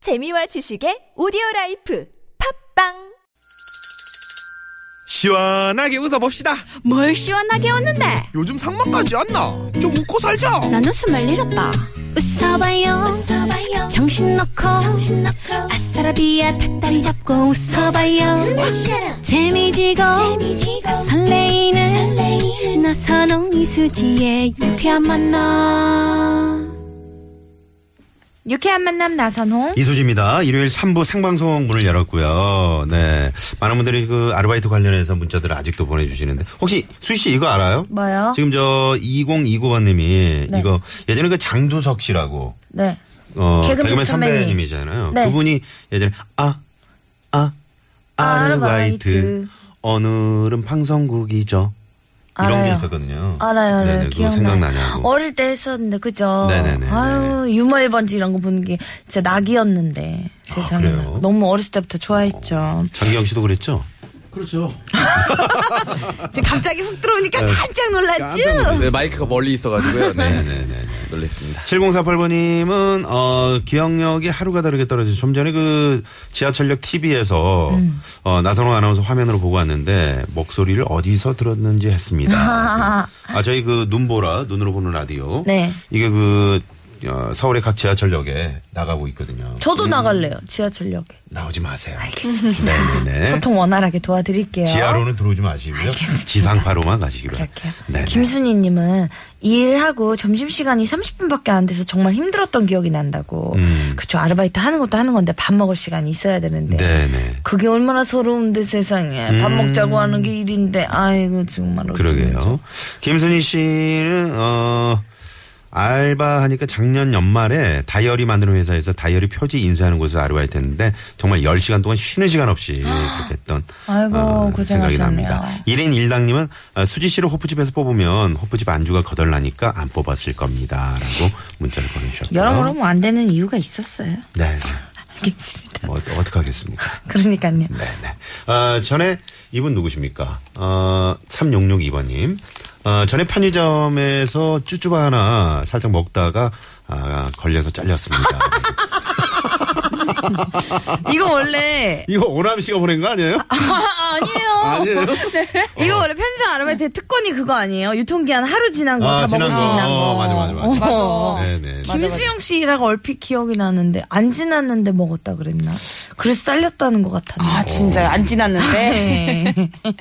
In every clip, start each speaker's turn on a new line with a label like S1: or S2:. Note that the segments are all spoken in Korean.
S1: 재미와 지식의 오디오 라이프 팝빵
S2: 시원하게 웃어봅시다.
S3: 뭘 시원하게 웃는데
S2: 요즘 상만까지 안 나. 좀 웃고 살자.
S3: 난 웃음을 잃었다 웃어봐요, 웃어봐요. 정신 놓고 아싸라비아 닭다리 잡고 웃어봐요 재미지고, 설레이는, 나선홍 이수지의 유쾌한 만남
S4: 유쾌한 만남 나선홍.
S5: 이수지입니다. 일요일 3부 생방송 문을 열었고요. 네. 많은 분들이 그 아르바이트 관련해서 문자들을 아직도 보내주시는데. 혹시 수희 씨 이거 알아요?
S4: 뭐요?
S5: 지금 저 2029번님이
S4: 네.
S5: 이거 예전에 그 장두석 씨라고
S4: 네.
S5: 어,
S4: 개그맨
S5: 개그맨
S4: 선배님.
S5: 선배님이잖아요.
S4: 네.
S5: 그분이 예전에 아, 아, 아르바이트.
S4: 아르바이트.
S5: 오늘은 방송국이죠. 이런
S4: 알아요.
S5: 게 있었거든요.
S4: 알아요, 알아요.
S5: 네네, 그거
S4: 기억나요.
S5: 생각나냐고.
S4: 어릴 때 했었는데, 그죠?
S5: 네네네.
S4: 아유, 유머 1번지 이런 거 보는 게 진짜 낙이었는데. 세상에.
S5: 아, 그래요?
S4: 너무 어렸을 때부터 좋아했죠.
S5: 장기영 씨도 그랬죠?
S4: 지금 갑자기 훅 들어오니까 깜짝 놀랐죠?
S2: 네, 마이크가 멀리 있어가지고요. 네.
S5: 네네네.
S2: 놀랬습니다.
S5: 7048번님은 어 기억력이 하루가 다르게 떨어지죠. 좀 전에 그 지하철역 TV에서 어, 나선호 아나운서 화면으로 보고 왔는데 목소리를 어디서 들었는지 했습니다. 아 저희 그 눈보라 눈으로 보는 라디오.
S4: 네.
S5: 이게 그 어, 서울의 각 지하철역에 나가고 있거든요.
S4: 저도 나갈래요, 지하철역에.
S5: 나오지 마세요. 알겠습니다. 네네네.
S4: 소통 원활하게 도와드릴게요.
S5: 지하로는 들어오지 마시고요. 지상파로만 가시기로.
S4: 그렇게요.
S5: 네네.
S4: 김순희님은 일하고 점심시간이 30분밖에 안 돼서 정말 힘들었던 기억이 난다고.
S5: 음.
S4: 그쵸. 아르바이트 하는 것도 하는 건데 밥 먹을 시간이 있어야 되는데.
S5: 네네.
S4: 그게 얼마나 서러운데 세상에. 밥 먹자고 하는 게 일인데. 아이고, 정말. 어쩌면 좀.
S5: 음. 그러게요. 김순희 씨는 어 알바하니까 작년 연말에 다이어리 만드는 회사에서 다이어리 표지 인쇄하는 곳에서 아르바이트 했는데 정말 10시간 동안 쉬는 시간 없이 그렇게 했던
S4: 아,
S5: 어,
S4: 아이고,
S5: 생각이
S4: 고생하셨네요.
S5: 납니다. 1인 1당님은 어, 수지 씨를 호프집에서 뽑으면 호프집 안주가 거덜나니까 안 뽑았을 겁니다. 라고 문자를 보내주셨고요.
S4: 여러모로 뭐 안 되는 이유가 있었어요.
S5: 네.
S4: 알겠습니다.
S5: 뭐 어떡- 어떡하겠습니까.
S4: 그러니까요.
S5: 네네. 아, 전에 이분 누구십니까? 어, 3662번님. 어, 전에 편의점에서 쭈쭈바 하나 살짝 먹다가 아, 걸려서 잘렸습니다.
S4: 이거 원래.
S5: 이거 오남 씨가 보낸 거 아니에요?
S4: 아니에요. 네.
S5: 아니에요? 어.
S4: 이거 원래 편의점 아르바이트 특권이 그거 아니에요? 유통기한 하루 지난 거 다
S5: 아,
S4: 먹을
S5: 지난
S4: 수
S5: 거.
S4: 있는 거.
S5: 어, 맞아, 맞아, 맞아.
S4: 어.
S5: 네네.
S4: 김수영 씨라고 얼핏 기억이 나는데 안 지났는데 먹었다 그랬나? 그래서 잘렸다는 것 같았나?
S3: 아 진짜요 안 지났는데
S4: 네.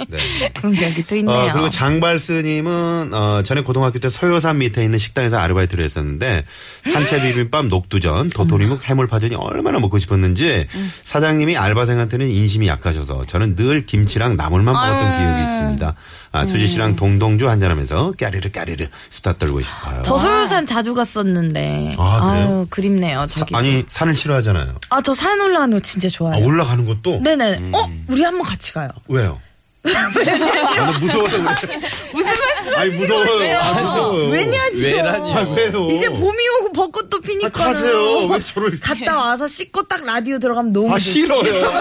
S5: 네.
S4: 그런 기억이 또
S5: 어,
S4: 있네요.
S5: 그리고 장발스님은 어, 전에 고등학교 때 서효산 밑에 있는 식당에서 아르바이트를 했었는데 산채 비빔밥 녹두전, 도토리묵 해물파전이 얼마나 먹고 싶었는지 사장님이 알바생한테는 인심이 약하셔서 저는 늘 김치랑 나물만
S4: 네.
S5: 먹었던 기억이 있습니다. 아, 수지 씨랑 동동주 한잔하면서 까르르 까르르 수다 떨고 싶어요.
S4: 저 소유산 자주 갔었는데
S5: 아, 그래요?
S4: 유 그립네요
S5: 사-
S4: 저기.
S5: 아니 산을 싫어하잖아요.
S4: 아 저 산 올라가는 거 진짜
S5: 아, 음.
S4: 좋아해요.
S5: 올라가는 것도
S4: 네. 네네. 어 우리 한번 같이 가요.
S5: 왜요? 아, 나 무서워서 그래.
S4: 무슨 말씀?
S5: 아니 무서워요. 아, 무서워요.
S4: 왜냐지요.
S5: 아, 왜요?
S4: 이제 봄이 오고 벚꽃도
S5: 아,
S4: 피니까.
S5: 가세요. 왜 저를
S4: 갔다 와서 씻고 딱 라디오 들어가면 너무
S5: 아
S4: 좋지.
S5: 싫어요.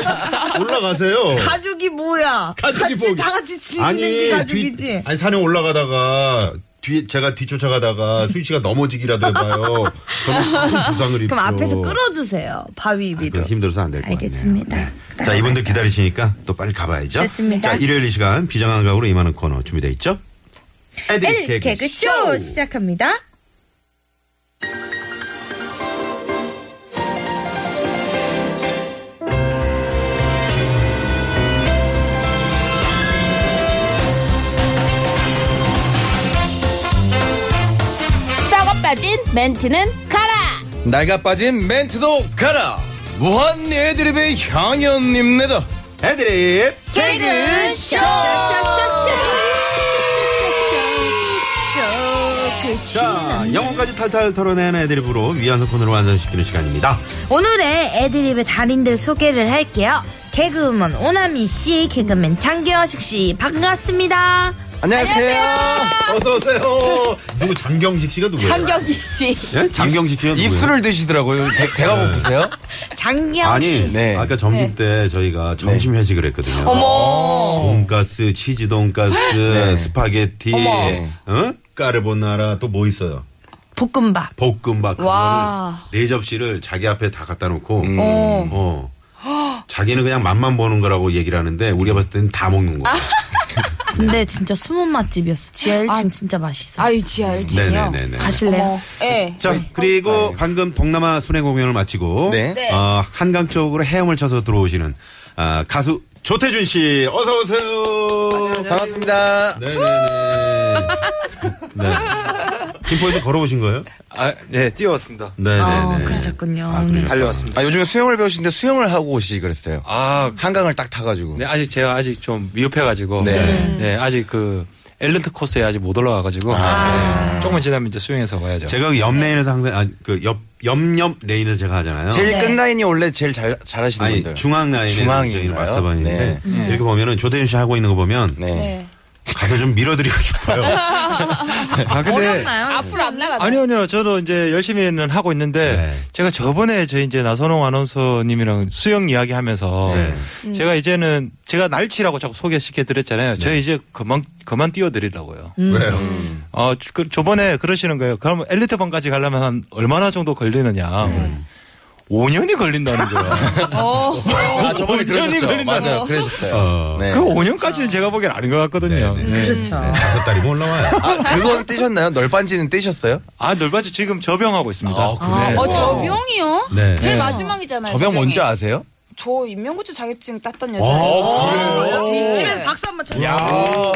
S5: 올라가세요.
S4: 가족이 뭐야?
S5: 가족이
S4: 같이
S5: 뭐야?
S4: 다 같이 즐기는 게 가족이지.
S5: 뒤, 아니 산에 올라가다가 뒤에 제가 뒤쫓아가다가 수희 씨가 넘어지기라도 해봐요. 저는 큰 부상을 입죠.
S4: 그럼 앞에서 끌어주세요. 바위
S5: 아,
S4: 위로.
S5: 그럼 힘들어서 안 될 것 같네요.
S3: 알겠습니다.
S5: 네. 자 이분들 기다리시니까 또 빨리 가봐야죠.
S3: 좋습니다.
S5: 자 일요일 이 시간 비장한 각오로 임하는 코너 준비되어 있죠? 애들,
S3: 애들 개그
S5: 쇼.
S4: 쇼 시작합니다.
S6: 싸가 빠진 멘트는 가라!
S2: 날가 빠진 멘트도 가라. 무한 애드립의 향연입니다.
S5: 애드립
S6: 개그 쇼!
S5: 자 영혼까지 탈탈 털어내는 애드립으로 위안성 코너를 완성시키는 시간입니다.
S4: 오늘의 애드립의 달인들 소개를 할게요. 개그우먼 오나미 씨, 개그맨 장기화식 씨, 반갑습니다.
S2: 안녕하세요.
S5: 어서 오세요. 누구 장경식 씨가 누구예요?
S6: 한경기 씨.
S5: 예? 장경식 씨가 누구예요?
S2: 입술을 드시더라고요. 배,
S5: 네.
S2: 가 고프세요?
S4: 장기화식
S5: 아니
S4: 씨.
S2: 네.
S5: 아까 점심 때 저희가 점심 회식을 했거든요.
S6: 어머.
S5: 돈가스,
S2: 네.
S5: 치즈 돈가스, 스파게티, 어? 까르보나라 또 뭐 있어요?
S3: 볶음밥.
S5: 볶음밥 그거를
S6: 와.
S5: 네 접시를 자기 앞에 다 갖다 놓고
S2: 음.
S6: 어.
S5: 어. 자기는 그냥 맛만 보는 거라고 얘기를 하는데 우리가 봤을 때는 다 먹는 거야.
S4: 근데 진짜 숨은 맛집이었어. 지하 1층
S6: 아.
S4: 진짜 맛있어.
S6: 아이 지하 1층이요.
S5: 네네네네.
S4: 가실래요?
S6: 예.
S5: 자 그리고 방금 동남아 순회 공연을 마치고
S2: 네.
S6: 네.
S5: 어, 한강 쪽으로 헤엄을 쳐서 들어오시는 아, 가수 조태준 씨 어서 오세요.
S2: 반갑습니다.
S5: 네네네. 네. 김포에서 걸어오신 거예요?
S7: 아, 네, 뛰어왔습니다.
S5: 네네네.
S4: 어, 그러셨군요.
S5: 아, 그러셨구나.
S7: 달려왔습니다.
S2: 아, 요즘에 수영을 배우시는데 수영을 하고 오시 그랬어요.
S7: 아,
S2: 한강을 딱 타가지고.
S7: 네, 아직 제가 아직 좀 미흡해가지고.
S2: 네.
S7: 네. 아직 그 엘런트 코스에 아직 못 올라와가지고. 네. 조금만 지나면 이제 수영해서
S2: 네.
S7: 와야죠.
S5: 제가 그옆 레인에서 항상 아, 그옆 옆옆 레인에서 제가 하잖아요.
S2: 제일
S4: 네.
S2: 끝라인이 원래 제일 잘, 잘하시는
S5: 아니
S2: 분들.
S5: 중앙 라인에서 저희는
S2: 중앙인가요?
S5: 마스터반인데 음.
S2: 네.
S5: 이렇게 보면은 조대윤 씨 하고 있는 거 보면
S2: 네.
S5: 가서 좀 밀어드리고 싶어요.
S7: 아, 근데.
S4: 어렵나요?
S6: 앞으로 안 나가.
S7: 아니요, 아니요. 저도 이제 열심히는 하고 있는데
S5: 네.
S7: 제가 저번에 저희 이제 나선홍 아나운서님이랑 수영 이야기 하면서
S5: 네.
S7: 제가 이제는 제가 날치라고 자꾸 소개시켜 드렸잖아요. 저 이제 그만, 그만 띄워드리려고요.
S2: 음.
S5: 왜요?
S7: 어, 그, 저번에 그러시는 거예요. 그럼 엘리트 방까지 가려면 한 얼마나 정도 걸리느냐.
S2: 음.
S7: 5년이 걸린다는 거예요.
S6: 어.
S2: 아, 저번에
S7: 5년이
S2: 그러셨죠.
S7: 걸린다는
S2: 맞아요.
S7: 거.
S2: 그러셨어요.
S5: 어,
S2: 네.
S7: 그 5년까지는 제가 보기엔 아닌 것 같거든요.
S5: 네,
S7: 네.
S4: 그렇죠.
S5: 다섯 달이면 올라와요.
S2: 아, 그건 떼셨나요? 널빤지는 떼셨어요?
S7: 아, 넓아지 지금 저병하고 있습니다.
S2: 아, 그래요?
S6: 어, 저병이요?
S5: 네.
S6: 제일
S5: 네.
S6: 마지막이잖아요.
S2: 저병 뭔지
S6: 저병이.
S2: 아세요?
S6: 저 인명구조 자격증 땄던 여자.
S5: 어,
S4: 아, 이쯤에서 박수 한번 쳐주세요.
S2: 아,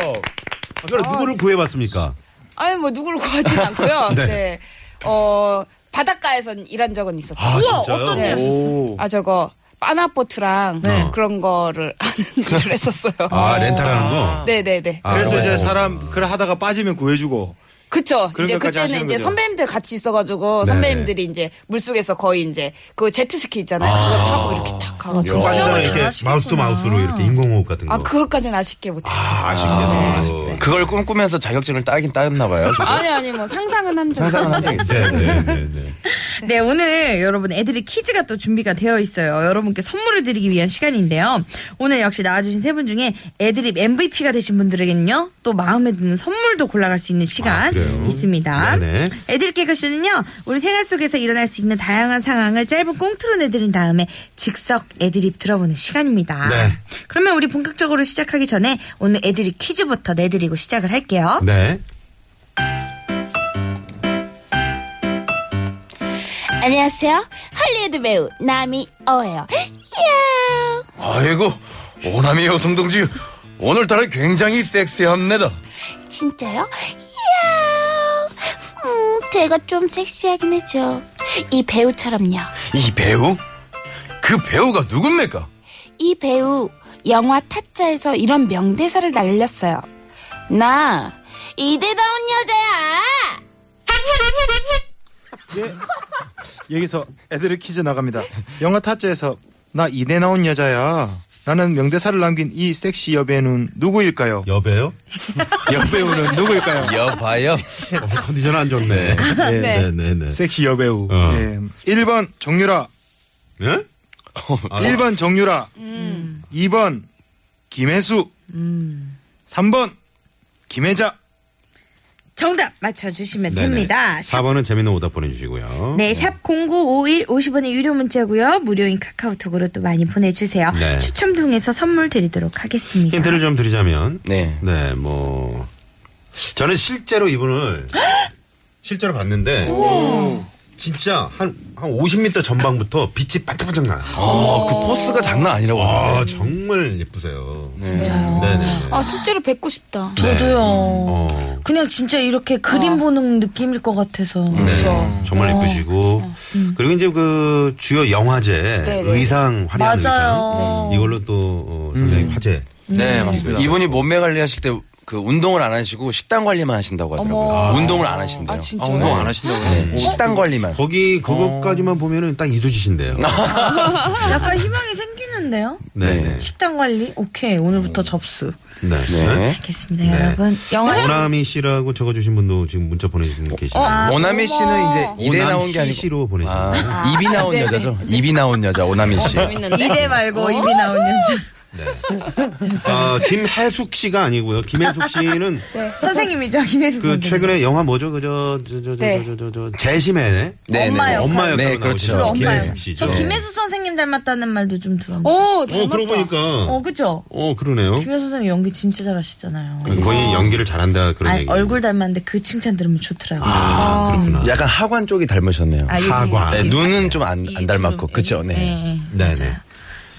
S5: 그럼 누구를 구해봤습니까?
S6: 아니 뭐 누구를 구하진 않고요.
S5: 네.
S6: 네. 어 바닷가에선 일한 적은 있었죠.
S5: 아 진짜요?
S4: 어떤 일?
S2: 오.
S6: 아 저거 바나보트랑
S5: 네.
S6: 그런 거를 하는 일을 했었어요.
S5: 아 렌탈하는 거.
S6: 네네네.
S5: 아,
S7: 그래서 이제
S5: 어.
S7: 사람 그걸 하다가 빠지면 구해주고
S6: 그쵸.
S7: 그런
S6: 이제
S7: 것까지
S6: 그때는
S7: 하시는
S6: 이제
S7: 거죠?
S6: 선배님들 같이 있어가지고
S5: 네네.
S6: 선배님들이 이제 물속에서 거의 이제 그 제트스키 있잖아요. 그거 타고 이렇게 탁 가가지고.
S5: 완전 아, 이렇게 마우스 투 마우스로 이렇게 인공호흡 같은 거.
S6: 아 그것까지는 아쉽게 못했어요.
S5: 아, 아쉽게도.
S2: 그걸 꿈꾸면서 자격증을 따긴 따였나 봐요. 진짜.
S6: 아니 아니 뭐 상상은 한 적.
S5: 네, 네, 네, 네.
S4: 네, 오늘 여러분 애들이 퀴즈가 또 준비가 되어 있어요. 여러분께 선물을 드리기 위한 시간인데요. 오늘 역시 나와주신 세 분 중에 애드립 MVP가 되신 분들에게는요, 또 마음에 드는 선물도 골라갈 수 있는
S5: 아,
S4: 시간
S5: 그래요?
S4: 있습니다.
S5: 네네.
S4: 애드립 개그쇼는요, 우리 생활 속에서 일어날 수 있는 다양한 상황을 짧은 꽁트로 내드린 다음에 즉석 애드립 들어보는 시간입니다.
S5: 네.
S4: 그러면 우리 본격적으로 시작하기 전에 오늘 애드립 퀴즈부터 내드리고 시작을 할게요.
S5: 네.
S3: 안녕하세요. 할리우드 배우 나미 어예요. 이야.
S2: 아이고, 오남이 여성동지 오늘따라 굉장히 섹시합니다.
S3: 진짜요? 이야. 음, 제가 좀 섹시하긴 했죠. 이 배우처럼요.
S2: 이 배우? 그 배우가 누굽니까?
S3: 이 배우 영화 타짜에서 이런 명대사를 날렸어요. 나 이대다운 여자야.
S7: 여기서 애들의 퀴즈 나갑니다. 영화 타짜에서 나 이내 나온 여자야. 나는 명대사를 남긴 이 섹시 여배우는 누구일까요?
S5: 여배요?
S7: 여배우는 누구일까요?
S2: 여봐요.
S5: 컨디션 안 좋네. 네, 네, 네. 네.
S7: 섹시 여배우.
S5: 어.
S7: 예. 1번 정유라.
S5: 네?
S7: 1번 정유라. 2번 김혜수. 3번 김혜자.
S4: 정답 맞춰주시면
S5: 네네.
S4: 됩니다.
S5: 4번은 재밌는 오답 보내주시고요.
S4: 네, 샵 0951, 50원의 유료 문자고요. 무료인 카카오톡으로 또 많이 보내주세요.
S5: 네.
S4: 추첨 통해서 선물 드리도록 하겠습니다.
S5: 힌트를 좀 드리자면.
S2: 네.
S5: 네, 뭐. 저는 실제로 이분을 실제로 봤는데. 진짜 한, 한 50m 전방부터 빛이 반짝반짝 나요.
S2: 아, 그 포스가 장난 아니라고.
S5: 아, 정말 예쁘세요. 진짜요? 네네네.
S6: 아 실제로 뵙고 싶다.
S8: 저도요.
S5: 어.
S8: 그냥 진짜 이렇게 그림
S4: 아.
S8: 보는 느낌일 것 같아서.
S5: 네, 정말 예쁘시고 그리고 이제 그 주요 영화제
S6: 네네.
S5: 의상 화려한
S8: 맞아요.
S5: 의상 이걸로 또 어, 상당히 화제
S2: 네, 맞습니다. 이분이 몸매 관리하실 때 그 운동을 안 하시고 식단 관리만 하신다고 하더라고요.
S6: 어머.
S2: 운동을 안 하신대요.
S6: 아 진짜. 어?
S7: 아, 운동 안 하신다고
S2: 네,
S7: 요
S2: 식단 관리만.
S5: 어. 거기 그것까지만 보면은 딱 이조지신데요.
S8: 약간 희망이 생기는데요?
S5: 네네.
S8: 식단 관리? 오케이. 오늘부터 접수.
S5: 네.
S2: 네.
S4: 알겠습니다,
S5: 네.
S4: 여러분. 영화
S5: 오나미 씨라고 적어주신 분도 지금 문자 보내주신 분 계시고
S9: 아,
S6: 아,
S2: 오나미 씨는 이제 입에 나온 게
S5: 오남희
S2: 아니고
S5: 씨로 보내신
S2: 아, 입이 나온 여자죠. 입이 나온 여자 오나미 씨.
S6: 네, 어, 재밌는데.
S4: 어?
S8: 이대 말고 입이 나온 여자.
S5: 아, 김혜숙 씨가 아니고요. 김혜숙 씨는
S4: 네. 선생님이죠 김혜수
S5: 그
S4: 선생님.
S5: 최근에 영화 뭐죠? 그저 저 저 저
S6: 네.
S5: 저 저저 재심의
S2: 네,
S8: 엄마
S2: 네.
S8: 역할.
S5: 엄마 역할로
S2: 네,
S4: 어,
S5: 나오시는
S2: 그렇죠.
S8: 엄마요.
S5: 김혜숙 씨죠.
S8: 저 김혜수 선생님 닮았다는 말도 좀 들었는데.
S6: 오,
S5: 어,
S6: 닮았다.
S5: 그러고 보니까
S8: 어,
S5: 어,
S8: 그죠?
S5: 그러네요.
S8: 김혜수 선생님 연기 진짜 잘하시잖아요.
S5: 거의 연기를 잘한다 그런
S8: 아니,
S5: 얘기.
S8: 얼굴 닮았는데 그 칭찬 들으면 좋더라고요.
S5: 아, 그렇구나.
S2: 약간 하관 쪽이 닮으셨네요.
S8: 아, 여기,
S4: 뭐,
S5: 하관.
S2: 네,
S4: 예,
S8: 여기.
S2: 눈은 좀 안
S8: 이
S2: 안 닮았고
S8: 주름,
S2: 그렇죠.
S8: 이-
S2: 네.
S5: 네, 네.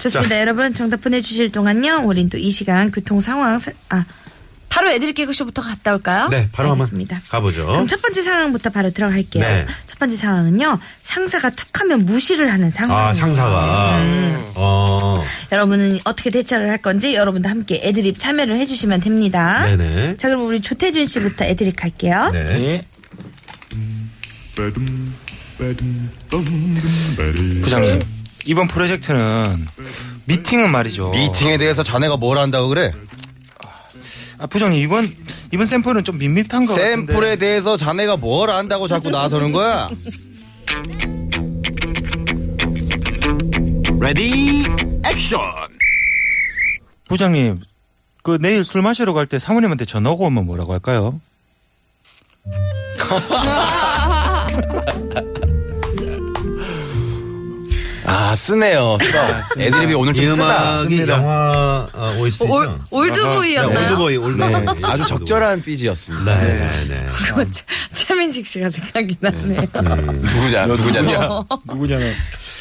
S4: 좋습니다. 여러분 정답 보내주실 동안요. 우린 또 이 시간 교통 상황 사- 아 바로 애들 개그쇼부터 갔다 올까요?
S5: 네, 바로
S4: 어, 알겠습니다.
S5: 한번 가보죠. 어?
S4: 그럼 첫 번째 상황부터 바로 들어갈게요.
S5: 네.
S4: 첫 번째 상황은요. 상사가 툭하면 무시를 하는 상황.
S5: 아, 상사가. 어.
S4: 여러분은 어떻게 대처를 할 건지 여러분도 함께 애드립 참여를 해주시면 됩니다.
S5: 네네.
S4: 자 그럼 우리 조태준 씨부터 애드립 갈게요.
S5: 네.
S7: 부장님 이번 프로젝트는 미팅은 말이죠.
S6: 네.
S2: 미팅에 대해서 자네가 뭘 한다고 그래?
S7: 아 부장님 이번 이번 샘플은 좀 밋밋한 것 같은데.
S2: 샘플에 대해서 자네가 뭘 안다고 자꾸 나서는 거야?
S5: 레디
S7: 부장님 그 내일 술 마시러 갈 때 사모님한테 전화 오고 오면 뭐라고 할까요?
S2: 아 쓰네요. 써. 애드립이 오늘
S5: 이
S2: 좀 쓰다.
S5: 음악이
S7: 씁니다.
S5: 영화 어, OST죠.
S4: 올,
S5: 아,
S4: 올드보이였나요?
S5: 올드보이 올드.
S2: 네, 아주 적절한 삐지였습니다.
S5: 네네네. 네.
S4: 그건 뭐 차- 차민식 씨가 생각이 나네요.
S5: 음.
S2: 누구냐? 누구냐?
S7: 누구냐면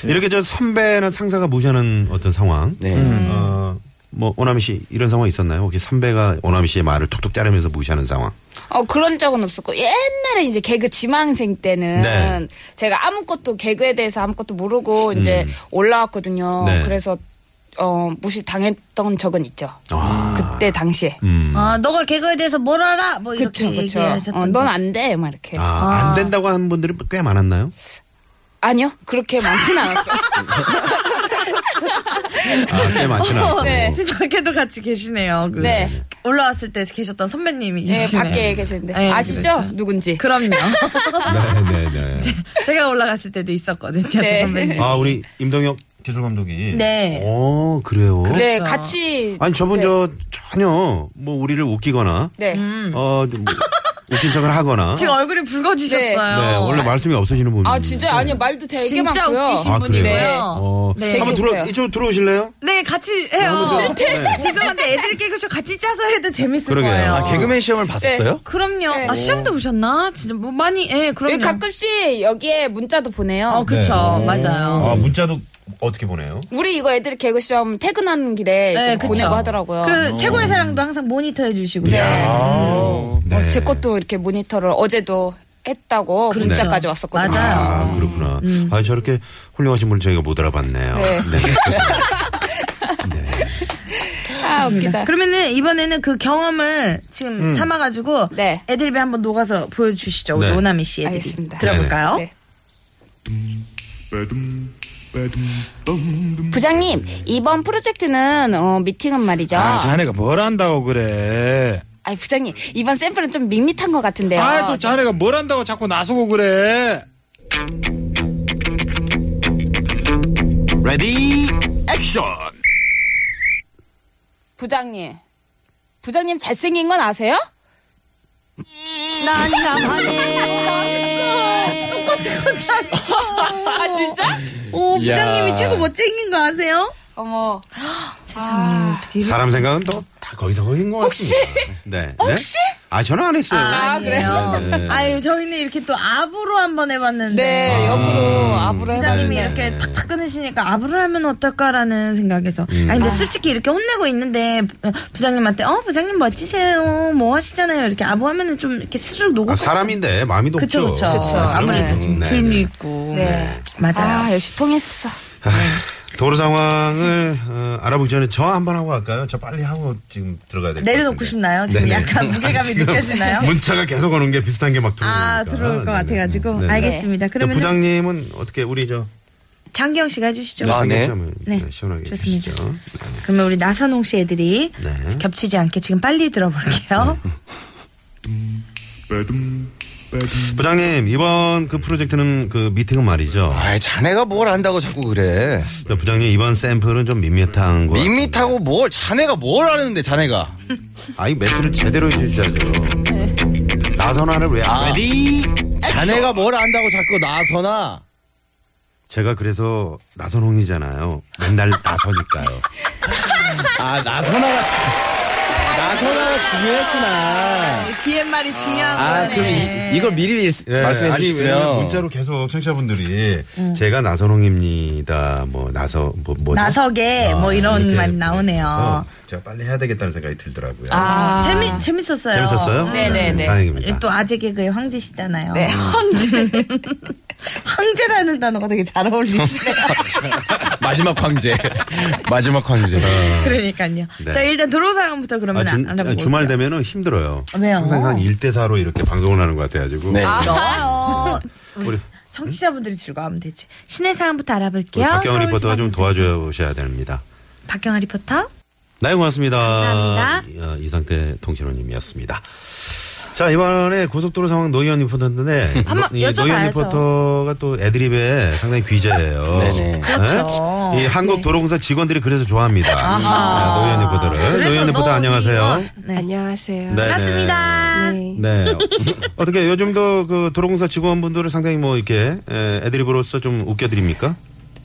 S5: 이렇게 저 선배나 상사가 무시하는 어떤 상황.
S2: 네.
S5: 어, 뭐 오나미 씨 이런 상황 있었나요? 혹시 선배가 오나미 씨의 말을 툭툭 자르면서 무시하는 상황.
S6: 어, 그런 적은 없었고, 옛날에 이제 개그 지망생 때는
S5: 네.
S6: 제가 아무것도 개그에 대해서 아무것도 모르고 이제 올라왔거든요.
S5: 음. 네.
S6: 그래서, 어, 무시 당했던 적은 있죠.
S5: 아.
S6: 그때 당시에.
S5: 음. 아,
S8: 아, 너가 개그에 대해서 뭘 알아? 뭐 이렇게
S6: 그쵸, 그쵸.
S8: 얘기하셨던
S6: 어, 넌 안 돼. 막 이렇게. 아.
S5: 안 된다고 하는 분들이 꽤 많았나요?
S6: 니요 그렇게 많진 않았어요.
S5: 아, 꽤 많지는 않고.
S6: 네.
S4: 밖에도 같이 계시네요. 그
S6: 네.
S4: 올라왔을 때 계셨던 선배님이
S6: 네,
S4: 계시네요.
S6: 밖에 계시는데.
S4: 네,
S6: 아시죠?
S4: 그렇죠.
S6: 누군지.
S4: 그럼요.
S5: 네, 네, 네.
S4: 제가 올라갔을 때도 있었거든요. 저
S6: 네.
S4: 선배님.
S5: 아, 우리 임동혁 기술 감독이.
S4: 네.
S5: 어, 그래요.
S6: 네,
S4: 그렇죠.
S6: 같이.
S5: 아니, 저분
S6: 네.
S5: 저 전혀 뭐 우리를 웃기거나
S6: 네.
S4: 음.
S5: 어, 좀 뭐 웃긴 척을 하거나.
S4: 지금 얼굴이 붉어지셨어요.
S5: 네, 원래 말씀이 없으시는 분이.
S6: 아, 진짜 아니요. 말도 되게
S4: 진짜
S6: 많고요.
S4: 웃기신
S5: 아, 그래요?
S4: 분이고요.
S5: 어,
S4: 네.
S5: 한번 들어
S6: 되게
S5: 이쪽 들어오실래요?
S4: 네, 같이 해요.
S5: 네.
S4: 죄송한데 애들 깨고쇼 같이 짜서 해도 재밌을
S5: 그러게요.
S4: 거예요.
S2: 아, 개그맨 시험을 봤었어요?
S4: 그럼요.
S6: 네.
S4: 아, 시험도 보셨나? 진짜 뭐 많이, 예,
S6: 여기
S4: 그럼요.
S6: 가끔씩 여기에 문자도 보내요.
S4: 어, 그쵸.
S5: 네.
S4: 맞아요.
S5: 아, 문자도 어떻게 보내요?
S6: 우리 이거 애들 개그 시험 퇴근하는 길에
S4: 네,
S6: 이렇게
S4: 그쵸.
S6: 보내고 하더라고요.
S5: 어.
S4: 그 최고의 사랑도 항상 모니터 해주시고.
S6: 네.
S7: 음.
S5: 네.
S6: 어, 제 것도 이렇게 모니터를 어제도 했다고
S4: 그렇죠.
S6: 문자까지 왔었거든요.
S4: 맞아요. 음.
S5: 아, 그렇구나. 아, 저렇게 훌륭하신 분을 저희가 못 알아봤네요.
S6: 네.
S5: 죄송합니다. 네.
S6: 아, 웃기다.
S4: 네. 그러면은 이번에는 그 경험을 지금 삼아가지고
S6: 네.
S4: 애드립에 한번 녹아서 보여주시죠. 우리
S5: 음. 네.
S4: 오나미 씨 애드립
S6: 알겠습니다.
S4: 들어볼까요?
S6: 네. 부장님, 이번 프로젝트는 어, 미팅은 말이죠.
S7: 아 자네가 뭘 한다고 그래.
S6: 아, 부장님, 이번 샘플은 좀 밋밋한 것 같은데요.
S7: 아 또 자네가 뭘 한다고 자꾸 나서고 그래.
S5: 레디 액션.
S6: 부장님. 부장님 잘생긴 건 아세요? 난감하네. 똑같은 건 아, 진짜?
S4: 오 부장님이
S2: 야.
S4: 최고 멋쟁인 거 아세요?
S6: 어머.
S5: 사람 생각은 또 다 거기서 거긴 것 같습니다. 네. 혹시? 아, 저는 안 했어요.
S6: 아, 그래요?
S5: 네.
S4: 아유 저희는 이렇게 또 압으로 한번 해봤는데
S6: 네, 역으로 앞으로 해봐.
S4: 부장님이
S5: 네, 네,
S4: 이렇게
S5: 네.
S4: 탁탁 끊으시니까 압으로 하면 어떨까라는 생각에서
S5: 음.
S4: 아니 근데 솔직히 이렇게 혼내고 있는데 부장님한테 어 부장님 멋지세요 뭐 하시잖아요 이렇게 아부 하면은 좀 이렇게 스르륵 녹을
S5: 아,
S4: 것 같아요.
S5: 사람인데 마음이
S4: 그쵸
S5: 높죠.
S4: 그쵸
S6: 그쵸.
S4: 아무래도 좀
S5: 네,
S4: 들미
S5: 네.
S4: 있고
S6: 네.
S4: 맞아요
S6: 아, 역시 통했어.
S5: 네. 도로 상황을 어, 알아보기 전에 저 한번 하고 갈까요? 저 빨리 하고 지금 들어가야 될 것 같아요.
S4: 내려놓고 싶나요? 지금 약간 무게감이 느껴지나요?
S5: 문자가 계속 오는 게 비슷한 게 막 들어오니까.
S4: 아 들어올 것
S5: 네네.
S4: 같아가지고
S5: 네네.
S4: 알겠습니다.
S5: 저
S4: 그러면 은
S5: 부장님은 어떻게 우리 저
S4: 장기영 씨가 해주시죠.
S2: 아, 네.
S5: 한번
S4: 네.
S5: 시원하게
S4: 좋습니다.
S5: 해주시죠.
S4: 그러면 우리 나선홍 씨 애들이
S5: 네.
S4: 겹치지 않게 지금 빨리 들어볼게요.
S10: Ba-dum,
S5: 부장님 이번 그 프로젝트는 그 미팅은 말이죠.
S2: 아, 자네가 뭘 안다고 자꾸 그래.
S5: 자, 부장님 이번 샘플은 좀 밋밋한 거.
S2: 밋밋하고 뭘 자네가 뭘 아는데 자네가.
S5: 아이 멘트를 제대로 해주셔야죠.
S4: 네.
S5: 나선화를 왜 안?
S2: 아,
S5: 해?
S2: 자네가 뭘 안다고 자꾸 나서나.
S5: 제가 그래서 나선홍이잖아요. 맨날 나서니까요.
S2: 아, 나서나가 주- 나서나가 중요했구나.
S6: DMR이 네, 중요한
S2: 아, 그럼
S10: 네.
S4: 네.
S2: 이, 이걸 미리 일-
S5: 예,
S2: 말씀해
S5: 아니, 왜냐면
S2: 주시면
S5: 문자로 계속 청취자분들이 제가 나선홍입니다. 뭐 나서 뭐 뭐죠?
S4: 음. 나서게
S5: 아,
S4: 뭐 이런
S5: 이렇게
S4: 말이 나오네요.
S5: 보내주셔서 제가 빨리 해야 되겠다는 생각이 들더라고요.
S4: 아, 재미 재밌었어요.
S5: 재밌었어요?
S6: 네네네.
S5: 음, 다행입니다.
S4: 또 아재 개그의 황제시잖아요. 음.
S6: 네.
S4: 황제라는 단어가 되게 잘 어울리시네요.
S2: 마지막 황제. 마지막 황제.
S5: 아,
S4: 그러니까요.
S5: 네.
S4: 자, 일단 도로 상황부터
S5: 아,
S4: 그러면
S5: 진,
S4: 알아보고
S5: 주말
S4: 올게요.
S5: 되면은 힘들어요.
S4: 왜요?
S5: 항상 한 1대 4로 이렇게 방송을 하는 것 같아가지고.
S2: 네. 아,
S4: 어,
S5: 우리,
S4: 청취자분들이 즐거워하면 되지. 시내 상황부터
S5: 우리
S4: 알아볼게요.
S5: 박경원
S4: 서울
S5: 리포터가 좀
S4: 지방경찰청.
S5: 도와주셔야 됩니다.
S4: 박경아 리포터.
S5: 네, 고맙습니다.
S4: 감사합니다.
S5: 어, 이상태 통신원님이었습니다. 자, 이번에 고속도로 상황 노희연 리포터인데,
S4: 한번
S5: 노- 이
S4: 여쭤봐야죠.
S5: 노희연 리포터가 또 애드립에 상당히 귀재예요.
S2: 네네.
S5: 그렇죠. 이
S4: 네.
S5: 한국 도로공사 직원들이 그래서 좋아합니다. 네, 노희연 리포터를.
S4: 그래서
S5: 노희연 리포터
S4: 노-
S5: 안녕하세요.
S4: 이건-
S10: 안녕하세요.
S5: 네,
S4: 반갑습니다.
S5: 네. 어떻게 요즘도 그 도로공사 직원분들을 상당히 뭐 이렇게 에, 애드립으로서 좀 웃겨드립니까?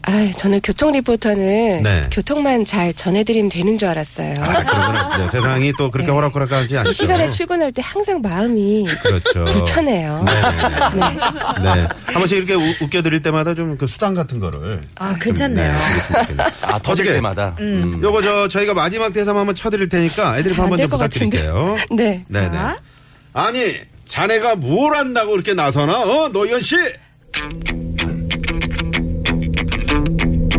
S10: 아, 저는 교통 리포터는
S5: 네.
S10: 교통만 잘 전해드리면 되는 줄 알았어요.
S5: 아, 그런 거는 이제 세상이 또 그렇게 호락호락하지 않죠.
S10: 이 네. 시간에 출근할 때 항상 마음이
S5: 그렇죠.
S10: 불편해요.
S5: 네. 네. 한 번씩 이렇게 우- 웃겨드릴 때마다 좀 그 수당 같은 거를.
S4: 아, 괜찮네요.
S2: 아, 터질
S5: 어떻게?
S2: 때마다. 음.
S5: 요거 저 저희가 마지막 대사 한번 쳐드릴 테니까 애드립
S10: 안 아,
S5: 한번
S10: 될것
S5: 좀 부탁드릴게요.
S10: 네.
S5: 네네. 아니 자네가 뭘 안다고 이렇게 나서나? 어 노현 씨.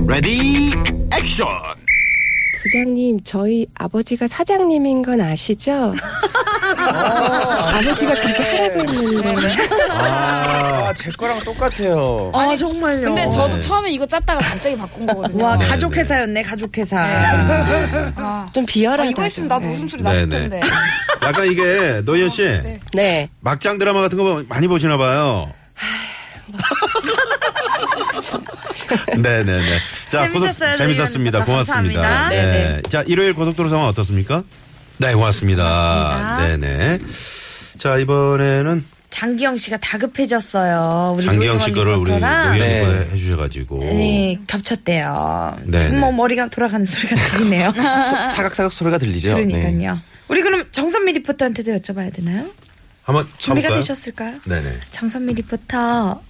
S2: 레디 액션.
S10: 부장님, 저희 아버지가 사장님인 건 아시죠? 어, 아버지가 그렇게 하라고 했는데.
S2: 아, 제 거랑 똑같아요.
S4: 아, 정말요.
S6: 근데 저도
S5: 네.
S6: 처음에 이거 짰다가 갑자기 바꾼 거거든요.
S4: 와,
S5: 네,
S4: 가족
S5: 네.
S4: 회사였네, 가족 회사.
S6: 아,
S10: 좀
S6: 그 아,
S10: 비열하다.
S6: 이거 했으면 나도
S10: 네.
S6: 웃음소리
S5: 네,
S6: 났을
S5: 네.
S6: 텐데.
S5: 약간 이게 노현 씨
S10: 네.
S5: 막장 드라마 같은 거 많이 보시나 봐요. 네네네. 자,
S4: 재밌었어요, 노희연
S5: 재밌었습니다.
S4: 리포터.
S5: 고맙습니다.
S4: 감사합니다.
S5: 네. 자, 일요일 고속도로 상황 어떻습니까? 네, 고맙습니다. 네네. 자, 이번에는
S4: 장기영 씨가 다급해졌어요. 우리
S5: 장기영 씨
S4: 노영원
S5: 거를 우리
S4: 리포터랑.
S5: 노현이
S2: 네.
S5: 거 해주셔가지고.
S4: 네, 겹쳤대요.
S5: 네,
S4: 지금 뭐
S5: 네.
S4: 머리가 돌아가는 소리가 들리네요.
S2: 사각사각 소리가 들리죠?
S4: 아. 그러니까요.
S2: 네.
S4: 우리 그럼 정선미 리포터한테도 여쭤봐야 되나요?
S5: 한번
S4: 준비가
S5: 쳐볼까요?
S4: 되셨을까요?
S5: 네네. 아,
S4: 정선미 리포터.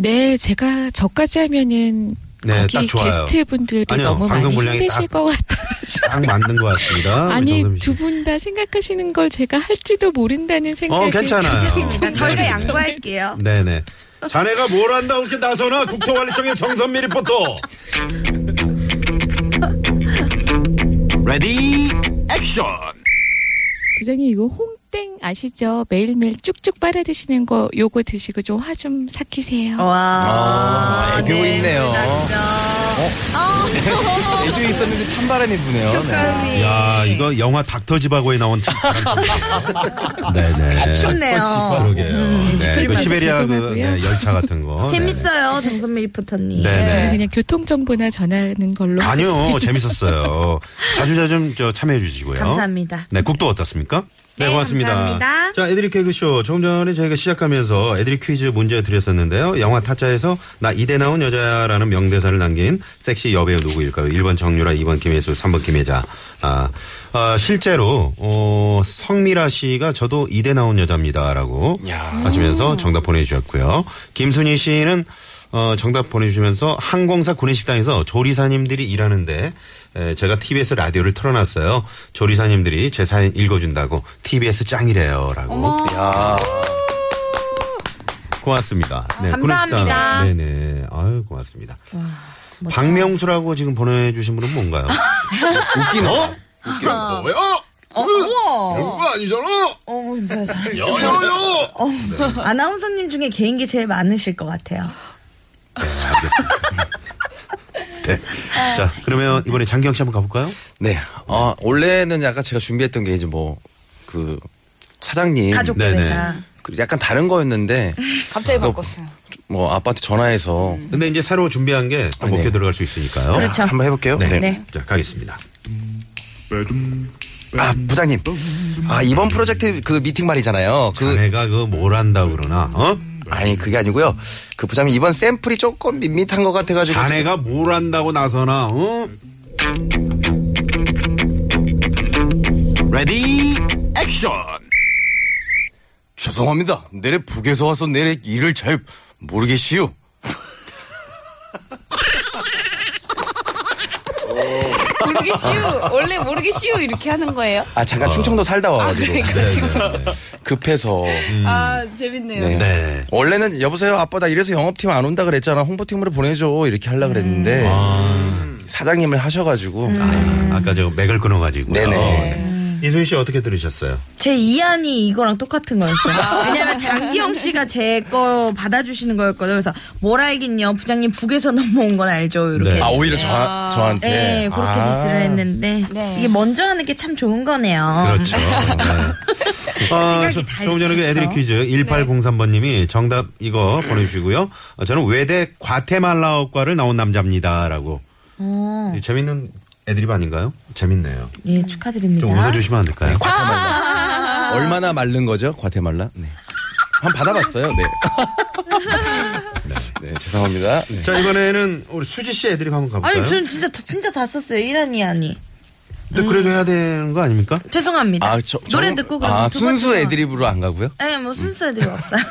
S9: 네, 제가 저까지 하면은
S5: 네,
S9: 거기
S5: 딱 좋아요.
S9: 게스트분들이
S5: 아니요,
S9: 너무
S5: 방송
S9: 많이
S5: 분량이
S9: 힘드실
S5: 딱-
S9: 것 같아요.
S5: 딱 맞는 것 같습니다. 우리
S9: 아니
S5: 정선미 씨.
S9: 두 분 다 생각하시는 걸 제가 할지도 모른다는 생각이
S5: 어, 괜찮아요.
S4: 자, 저희가 양보할게요.
S5: 네네. 자네가 뭘 한다고 이렇게 나서나 국토관리청의 정선미 리포터.
S2: 레디 액션.
S9: 부장님 이거 홍땡 아시죠? 매일매일 쭉쭉 빨아 드시는 거 요거 드시고 좀 화 좀 삭히세요.
S4: 어,
S2: 아, 애교
S4: 네,
S2: 있네요.
S5: 어,
S4: 부장이죠.
S2: 애교 있었는데 찬바람이 부네요. 네.
S4: 효과음이.
S5: 야, 이거 영화 닥터 지바고에 나온 참. 네네.
S4: 춥네요.
S5: 그러게요. 네, 이거
S9: 맞아,
S5: 시베리아 그
S9: 죄송하고요.
S5: 네, 열차 같은 거.
S4: 재밌어요, 정선미 리포터님.
S5: 네네.
S9: 저는
S5: 네네.
S9: 그냥 교통 정보나 전하는 걸로
S5: 예. 아니요, 재밌었어요. 자주자주 좀 저 참여해 주시고요.
S4: 감사합니다.
S5: 네, 국도 어떻습니까? 네,
S4: 네,
S5: 고맙습니다.
S4: 감사합니다.
S5: 자, 애드립 개그쇼. 조금 전에 저희가 시작하면서 애드립 퀴즈 문제 드렸었는데요. 영화 타짜에서 나 이대 나온 여자라는 명대사를 남긴 섹시 여배우 누구일까요? 1번 정유라, 2번 김혜수, 3번 김혜자. 아, 아, 실제로, 어, 성미라 씨가 저도 이대 나온 여자입니다라고 하시면서 정답 보내주셨고요. 김순희 씨는 어, 정답 보내주시면서 항공사 구내식당에서 조리사님들이 일하는데 에, 제가 TBS 라디오를 틀어놨어요. 조리사님들이 제 사연 읽어준다고 TBS 짱이래요라고.
S2: 야,
S5: 고맙습니다. 네,
S4: 아, 감사합니다.
S5: 구내식당. 네네. 아유 고맙습니다. 박명수라고 지금 보내주신 분은 뭔가요? 어?
S2: 웃기네. 웃기는 뭐예요?
S5: 그거 어? 아니잖아.
S4: 아. 어, 잘- 잘-
S5: 여여여.
S4: 아나운서님 중에 개인기 제일 많으실 것 같아요.
S5: 네. 자 그러면 이번에 장경 씨 한번 가볼까요?
S2: 네. 어, 원래는 아까 제가 준비했던 게 이제 뭐, 그, 사장님.
S4: 가족
S5: 네네.
S4: 회사.
S2: 그리고 약간 다른 거였는데
S6: 갑자기
S2: 너-
S6: 바꿨어요.
S2: 뭐 아빠한테 전화해서
S5: 근데 이제 새로 준비한 게 또
S2: 아, 네.
S5: 목회 들어갈 수 있으니까요.
S4: 그렇죠.
S2: 한번 해볼게요.
S5: 네.
S4: 네.
S5: 자, 가겠습니다.
S2: 아 부장님, 아 이번 프로젝트 그 미팅 말이잖아요. 그
S5: 자네가 그 뭘 한다 그러나, 어?
S2: 아니 그게 아니고요. 그 부장님 이번 샘플이 조금 밋밋한 것 같아가지고
S5: 자네가 뭘 한다고 나서나, 어?
S2: 레디 액션 죄송합니다 내래 북에서 와서 내래 일을 잘 모르겠시오
S6: 모르게 쉬우. 원래 모르게 쉬우 이렇게 하는 거예요.
S2: 아 잠깐 충청도 살다
S4: 아,
S2: 와가지고
S4: 그러니까.
S2: 급해서
S4: 음.
S6: 아 재밌네요.
S2: 네.
S5: 네.
S2: 원래는 여보세요 아빠 나 이래서 영업팀 안 온다 그랬잖아 홍보팀으로 보내줘 이렇게 하려고 그랬는데
S4: 음. 아.
S2: 사장님을 하셔가지고 네.
S5: 아, 아까 저 맥을 끊어가지고.
S2: 네네.
S5: 이소희 씨 어떻게 들으셨어요?
S4: 제 이안이 이거랑 똑같은 거였어요. 왜냐면 장기영 씨가 제 거 받아주시는 거였거든요. 그래서 뭘 알긴요. 부장님 북에서 넘어온 건 알죠. 이렇게.
S5: 네.
S2: 아 오히려 저, 저한테
S4: 예, 그렇게
S2: 아.
S4: 디스를 했는데
S6: 네.
S4: 이게 먼저 하는 게 참 좋은 거네요.
S5: 그렇죠. 네. 아,
S4: 생각이 네.
S5: 저,
S4: 다르게
S5: 조금 전에 그 애들이
S4: 해서.
S5: 퀴즈 1803번님이 정답 이거 보내주시고요. 어, 저는 외대 과테말라어과를 나온 남자입니다라고.
S4: 어.
S5: 이 재밌는 애드립 아닌가요? 재밌네요.
S4: 예, 축하드립니다. 네,
S5: 좀 웃어주시면 안 될까요?
S4: 아.
S2: 과테말라 얼마나 마른 거죠 과테말라 네. 한 받아봤어요 네. 네, 죄송합니다 네.
S5: 자 이번에는 우리 수지 씨 애드립 한번 가볼까요?
S4: 아니, 전 진짜 다- 진짜 다 썼어요. 이안 이안이.
S5: 근데 그래도 해야 되는 거 아닙니까?
S4: 죄송합니다.
S2: 아, 저, 저-
S4: 노래 듣고 그러면
S2: 아,
S4: 두 번째
S2: 순수
S4: 상황.
S2: 애드립으로 안 가고요?
S4: 예, 뭐 순수 애들이 없어요.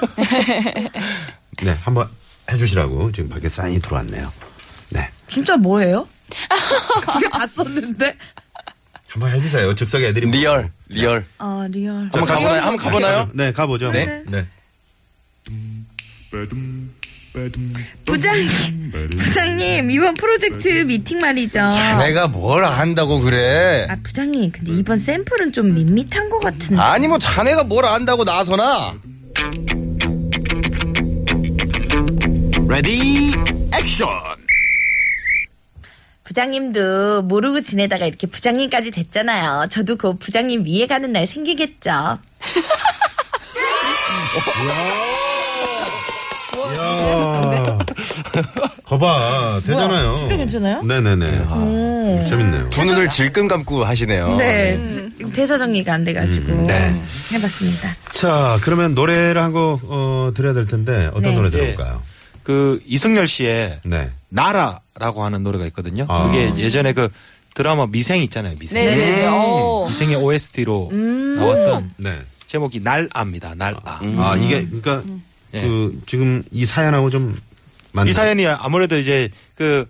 S5: 네 한번 해주시라고 지금 밖에 사인이 들어왔네요. 네
S4: 진짜 뭐예요? 그게 다 썼는데.
S5: 한번 해주세요. 뭐 즉석 애드립
S2: 리얼, 리얼.
S4: 아, 리얼.
S5: 자,
S2: 한번 가보나요? 한번 가보나요?
S5: 네 가보죠.
S2: 네.
S5: 네.
S4: 부장님, 부장님, 이번 프로젝트 미팅 말이죠.
S2: 자네가 뭘 안다고 그래?
S4: 아, 부장님, 근데 이번 샘플은 좀 밋밋한 것 같은데.
S2: 아니, 뭐 자네가 뭘 안다고 나서나? 레디, 액션!
S4: 부장님도 모르고 지내다가 이렇게 부장님까지 됐잖아요. 저도 곧 부장님 위에 가는 날 생기겠죠.
S2: 아,
S5: 이야. 거봐 되잖아요.
S4: 진짜 괜찮아요?
S5: 네네네. 아, 재밌네요.
S2: 두 눈을 질끈 감고 하시네요.
S4: 네, 대사 정리가 안 돼가지고
S5: 음, 네.
S4: 해봤습니다.
S5: 자 그러면 노래를 한곡 어, 드려야 될 텐데 어떤
S4: 네.
S5: 노래 들어볼까요?
S7: 그 이승열 씨의
S5: 네.
S7: 나라라고 하는 노래가 있거든요.
S5: 아.
S7: 그게 예전에 그 드라마 미생 있잖아요. 미생.
S6: 네네네. 어.
S7: 미생의 OST로 나왔던
S5: 네.
S7: 제목이 날아입니다. 날아.
S5: 아 이게 그러니까 그 지금 이 사연하고 좀 맞나?
S7: 이 사연이 아무래도 이제 그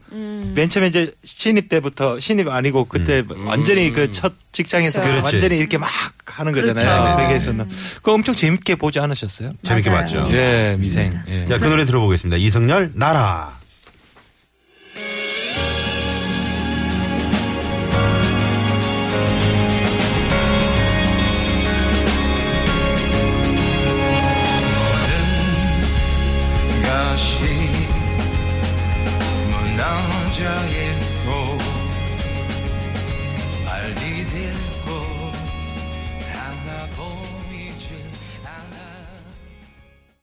S7: 맨 처음에 이제 신입 때부터 신입 아니고 그때 완전히 그 첫 직장에서
S5: 음. 그렇죠.
S7: 완전히 이렇게 막 하는 거잖아요.
S5: 그렇죠.
S7: 그게 있었나. 그거 엄청 재밌게 보지 않으셨어요?
S5: 재밌게
S4: 맞아요.
S5: 봤죠.
S7: 예, 미생. 예.
S5: 자, 그 노래 들어보겠습니다. 이승열, 나라.
S11: 것이 무너져